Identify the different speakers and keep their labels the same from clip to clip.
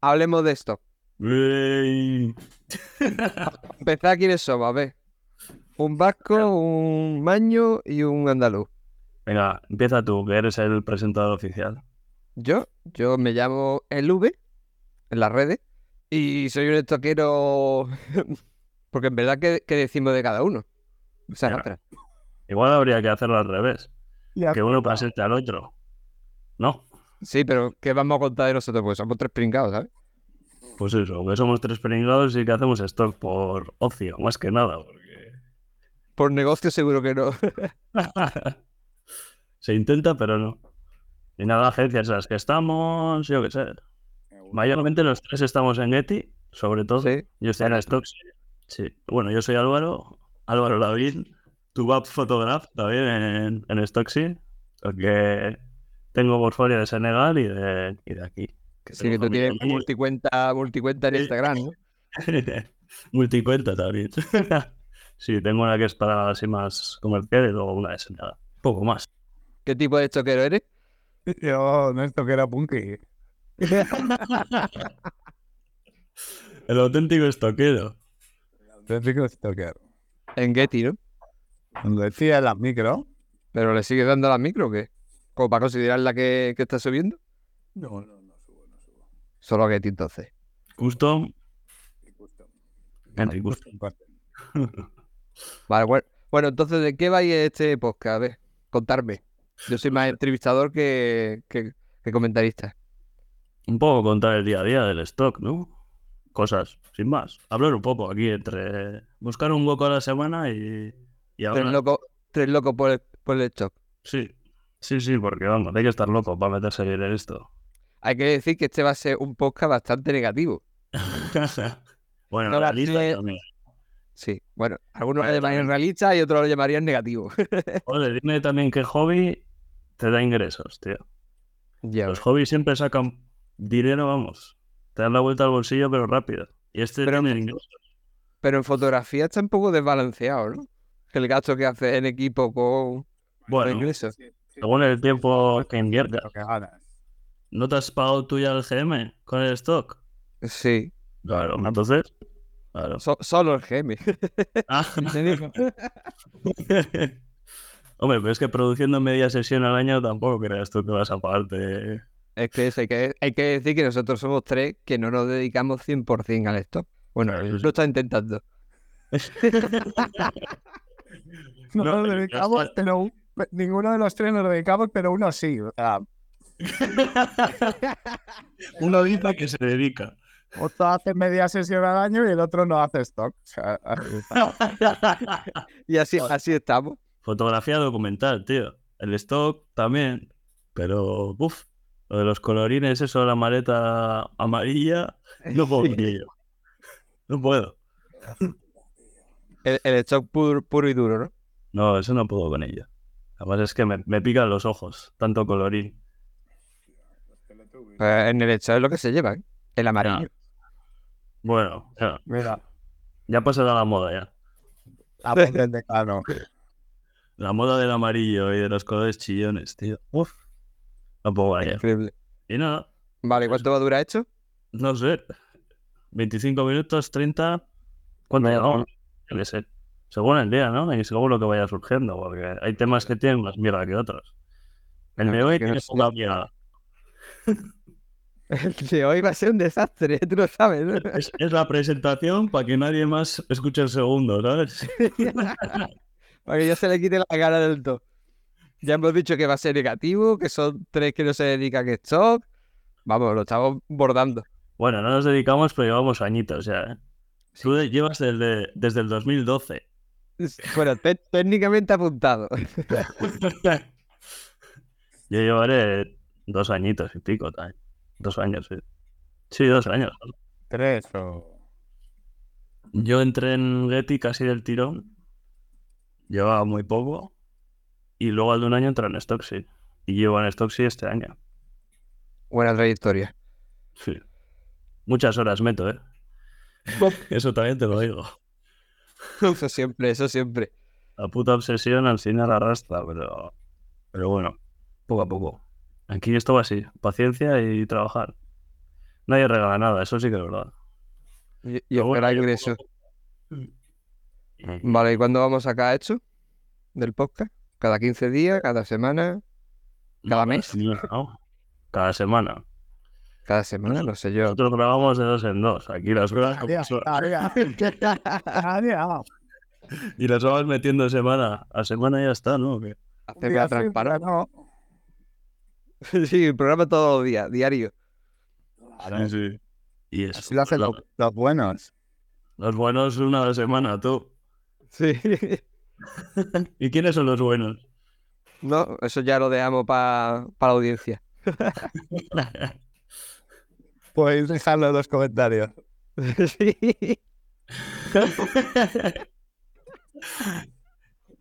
Speaker 1: Hablemos de esto.
Speaker 2: Ey.
Speaker 1: Empezar quiénes somos, a ver. Un vasco, un maño y un andaluz.
Speaker 2: Venga, empieza tú, que eres el presentador oficial.
Speaker 1: Yo, yo me llamo el V en las redes y soy un estoquero. Porque en verdad que, que decimos de cada uno. O sea,
Speaker 2: Ya.
Speaker 1: otra.
Speaker 2: Igual habría que hacerlo al revés.
Speaker 3: Ya,
Speaker 2: Que uno presente al otro. No,
Speaker 1: Sí, pero ¿qué vamos a contar de nosotros? Pues somos tres pringados, ¿sabes?
Speaker 2: pues eso, que somos tres peringados y que hacemos stock por ocio, más que nada, porque
Speaker 1: Por negocio seguro que no.
Speaker 2: se intenta, pero no. Y nada, agencias en las que estamos, yo qué sé. Mayormente los tres estamos en Getty, sobre todo.
Speaker 1: Sí.
Speaker 2: Yo estoy en stock. sí. Sí. Bueno, yo soy Álvaro, Álvaro David, Tubap Photograph también en, en Stocksy, porque tengo portfolio de Senegal y de, y de aquí. Que
Speaker 1: Sí, que
Speaker 2: tengo
Speaker 1: tú tienes
Speaker 2: familia
Speaker 1: multicuenta, multicuenta en
Speaker 2: Sí.
Speaker 1: Instagram, ¿no?
Speaker 2: Multicuenta también. sí, tengo una que es para así más comercial y luego una de Senegal. Poco más.
Speaker 1: ¿Qué tipo de estoquero eres?
Speaker 3: Yo, no, esto que era punky.
Speaker 2: El auténtico estoquero.
Speaker 3: Auténtico stalker.
Speaker 1: En Getty, ¿no?
Speaker 3: Cuando decía en las micro.
Speaker 1: ¿Pero le sigues dando a la micro o qué? Como para considerar la que, que está subiendo.
Speaker 3: No, no, no subo, no subo.
Speaker 1: Solo a Getty entonces.
Speaker 2: Custom.
Speaker 3: Y custom.
Speaker 2: Henry Custom.
Speaker 3: Custom.
Speaker 1: Vale, bueno. Bueno, entonces, ¿de qué va a ir este podcast? A ver, contarme. Yo soy más entrevistador que, que- que comentarista.
Speaker 2: Un poco contar el día a día del stock, ¿no? Cosas, sin más. Hablar un poco aquí entre. Buscar un hueco a la semana y. y
Speaker 1: Tres
Speaker 2: ahora.
Speaker 1: locos tres locos por el, por el stock.
Speaker 2: Sí. Sí, sí, porque vamos, hay que estar loco para meterse bien en esto.
Speaker 1: Hay que decir que este va a ser un podcast bastante negativo.
Speaker 2: bueno,
Speaker 1: No, la eh.
Speaker 2: realista
Speaker 1: tele-
Speaker 2: también.
Speaker 1: Sí, bueno, algunos lo
Speaker 2: Vale,
Speaker 1: llamarían
Speaker 2: también.
Speaker 1: realista y otros lo llamarían negativo.
Speaker 2: Oye, dime también qué hobby te da ingresos, tío.
Speaker 1: ya,
Speaker 2: Los hobbies siempre sacan dinero, vamos. Te dan la vuelta al bolsillo, pero rápido. Y este
Speaker 1: Pero-
Speaker 2: tiene ingresos.
Speaker 1: Pero en fotografía está un poco desbalanceado, ¿no? El gasto que hace en equipo con los
Speaker 2: Bueno,
Speaker 1: ingresos.
Speaker 2: según el tiempo que inviertas.
Speaker 3: Lo que ganas.
Speaker 2: ¿No te has pagado tú ya el GM con el stock?
Speaker 1: Sí,
Speaker 2: Claro, entonces. Claro.
Speaker 1: so- solo el GM.
Speaker 2: Ah, Hombre, pero es que produciendo media sesión al año tampoco creas tú que vas a pagarte. ¿eh?
Speaker 1: Es que, eso, hay que hay que decir que nosotros somos tres que no nos dedicamos 100% al stock. Bueno,
Speaker 2: Claro,
Speaker 1: él
Speaker 2: eso sí.
Speaker 1: lo está intentando.
Speaker 3: No,
Speaker 2: No,
Speaker 3: nos
Speaker 2: el
Speaker 3: dedicamos,
Speaker 2: gasto-
Speaker 3: pero un- ninguno de los tres nos dedicamos, pero uno sí. O sea,
Speaker 2: Uno dice que se dedica.
Speaker 3: otro hace media sesión al año y el otro no hace stock. O sea,
Speaker 1: Y así,
Speaker 2: Joder.
Speaker 1: así estamos.
Speaker 2: Fotografía documental, tío. El stock también. Pero, uff, lo de los colorines, eso, la maleta amarilla, no puedo con ello. No puedo.
Speaker 1: El, el stock puro, puro y duro, ¿no?
Speaker 2: No, eso no puedo con ello. Además es que me, me pican los ojos, tanto colorín.
Speaker 1: Pues en el stock es lo que se lleva, ¿eh? El amarillo.
Speaker 2: Ah. Bueno, ya,
Speaker 3: mira,
Speaker 2: ya pasará la moda ya.
Speaker 3: apunte el decano.
Speaker 2: La moda del amarillo y de los colores chillones, tío. Uf. No puedo con ello.
Speaker 1: Increíble.
Speaker 2: Y nada,
Speaker 1: Vale, ¿cuánto va a durar esto?
Speaker 2: no sé. 25 minutos, 30. ¿Cuánto llevamos? Yo qué sé. Según el día, ¿no? Y según lo que vaya surgiendo, porque hay temas que tienen más mierda que otros. El de hoy
Speaker 1: Que no
Speaker 2: tiene
Speaker 1: sé.
Speaker 2: poca mierda.
Speaker 1: El de hoy va a ser un desastre, ¿eh? tú lo sabes, ¿no?
Speaker 2: Es, es la presentación para que nadie más escuche el segundo, ¿sabes?
Speaker 1: Para que ya se le quite la cara del todo. Ya hemos dicho que va a ser negativo, que son tres que no se dedican a stock. Vamos, lo estamos bordando.
Speaker 2: Bueno, no nos dedicamos, pero llevamos añitos ya, ¿eh? Tú de- llevas desde, desde el 2012.
Speaker 1: Bueno, te- técnicamente apuntado.
Speaker 2: Yo llevaré dos añitos y pico también. Dos años, sí. Sí, dos años.
Speaker 3: Tres o.
Speaker 2: Yo entré en Getty casi del tirón. Llevaba muy poco. Y luego al de un año entré en Stocksy. Y llevo en Stocksy este año.
Speaker 1: Buena trayectoria.
Speaker 2: Sí. Muchas horas meto, ¿eh? Eso también te lo digo.
Speaker 1: Eso siempre, eso siempre.
Speaker 2: La puta obsesión al final arrastra, pero, pero bueno, poco a poco. Aquí esto va así, paciencia y trabajar. Nadie regala nada, eso sí que es verdad.
Speaker 1: Y, y
Speaker 2: Pero bueno,
Speaker 1: ojalá
Speaker 2: yo poco a
Speaker 1: ingreso.
Speaker 2: poco-
Speaker 1: Vale, ¿y cuándo vamos a sacar esto? Del podcast. ¿Cada 15 días?
Speaker 2: Pues
Speaker 1: ¿Cada semana? ¿Cada
Speaker 2: No,
Speaker 1: mes?
Speaker 2: no, no. Cada semana.
Speaker 1: ¿Cada semana? No sé yo.
Speaker 2: Nosotros grabamos de dos en dos. Aquí las horas como
Speaker 3: Tarea,
Speaker 2: son.
Speaker 3: tarea, tarea.
Speaker 2: y las vamos metiendo semana a semana y ya está, ¿no? Que-
Speaker 1: Hacerme la
Speaker 3: Día sí,
Speaker 1: transparencia.
Speaker 3: no.
Speaker 1: Sí, el programa todos los días, diario.
Speaker 2: Sí, sí. Y eso.
Speaker 3: Ah, Así lo hacen
Speaker 2: La-
Speaker 3: los, los buenos.
Speaker 2: Los buenos una a la semana, tú.
Speaker 1: Sí.
Speaker 2: ¿Y quiénes son los buenos?
Speaker 1: No, eso ya lo dejamos para la audiencia.
Speaker 3: Podéis dejarlo en los comentarios.
Speaker 1: Sí.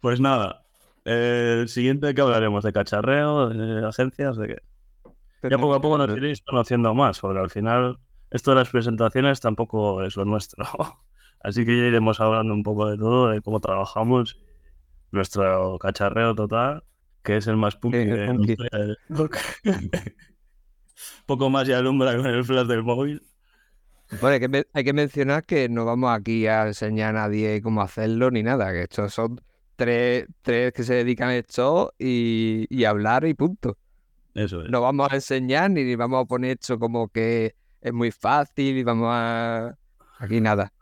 Speaker 2: pues nada. eh, el siguiente que hablaremos de cacharreo, de agencias, de qué. Ya poco a poco nos iréis conociendo más, porque al final esto de las presentaciones tampoco es lo nuestro. Así que ya iremos hablando un poco de todo, de cómo trabajamos, nuestro cacharreo total, que es el más punky.
Speaker 1: Sí, el
Speaker 2: de-
Speaker 1: punky.
Speaker 2: del- poco más y alumbra con el flash del móvil.
Speaker 1: Bueno, hay que, men- hay que mencionar que no vamos aquí a enseñar a nadie cómo hacerlo ni nada, que estos son tres, tres que se dedican a esto y, y hablar y punto.
Speaker 2: Eso es.
Speaker 1: No vamos a enseñar ni vamos a poner esto como que es muy fácil y vamos a... Aquí nada.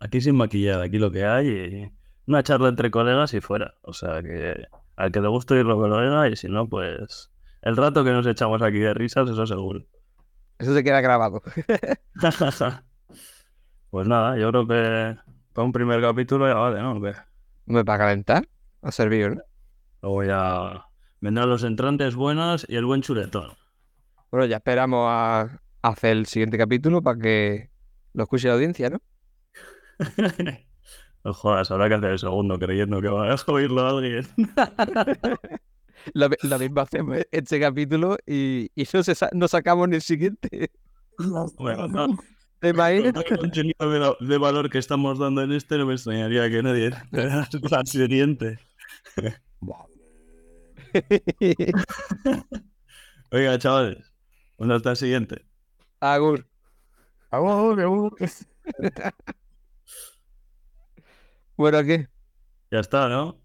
Speaker 2: Aquí sin maquillar, aquí lo que hay, y una charla entre colegas y fuera. O sea, que al que le guste oírlo que lo oiga, y si no, pues el rato que nos echamos aquí de risas, eso seguro.
Speaker 1: Eso se queda grabado.
Speaker 2: Pues nada, yo creo que para un primer capítulo ya vale, ¿no? Que
Speaker 1: Me para calentar. Ha servido, ¿no?
Speaker 2: luego ya vendrán los entrantes buenas y el buen chuletón.
Speaker 1: Bueno, ya esperamos a a hacer el siguiente capítulo para que lo escuche la audiencia, ¿no?
Speaker 2: No jodas, habrá que hacer el segundo creyendo que va a oírlo alguien.
Speaker 1: Lo, mi- lo mismo hacemos este capítulo y, y no, se sa- no sacamos ni el siguiente.
Speaker 2: Bueno, no,
Speaker 1: ¿Te imaginas?
Speaker 2: con el contenido de, va- de valor que estamos dando en este, no me extrañaría que nadie era la siguiente. Oiga, chavales, ¿dónde está el siguiente?
Speaker 1: Agur.
Speaker 3: Agur, agur.
Speaker 1: Bueno, ¿qué?
Speaker 2: Ya está, ¿no?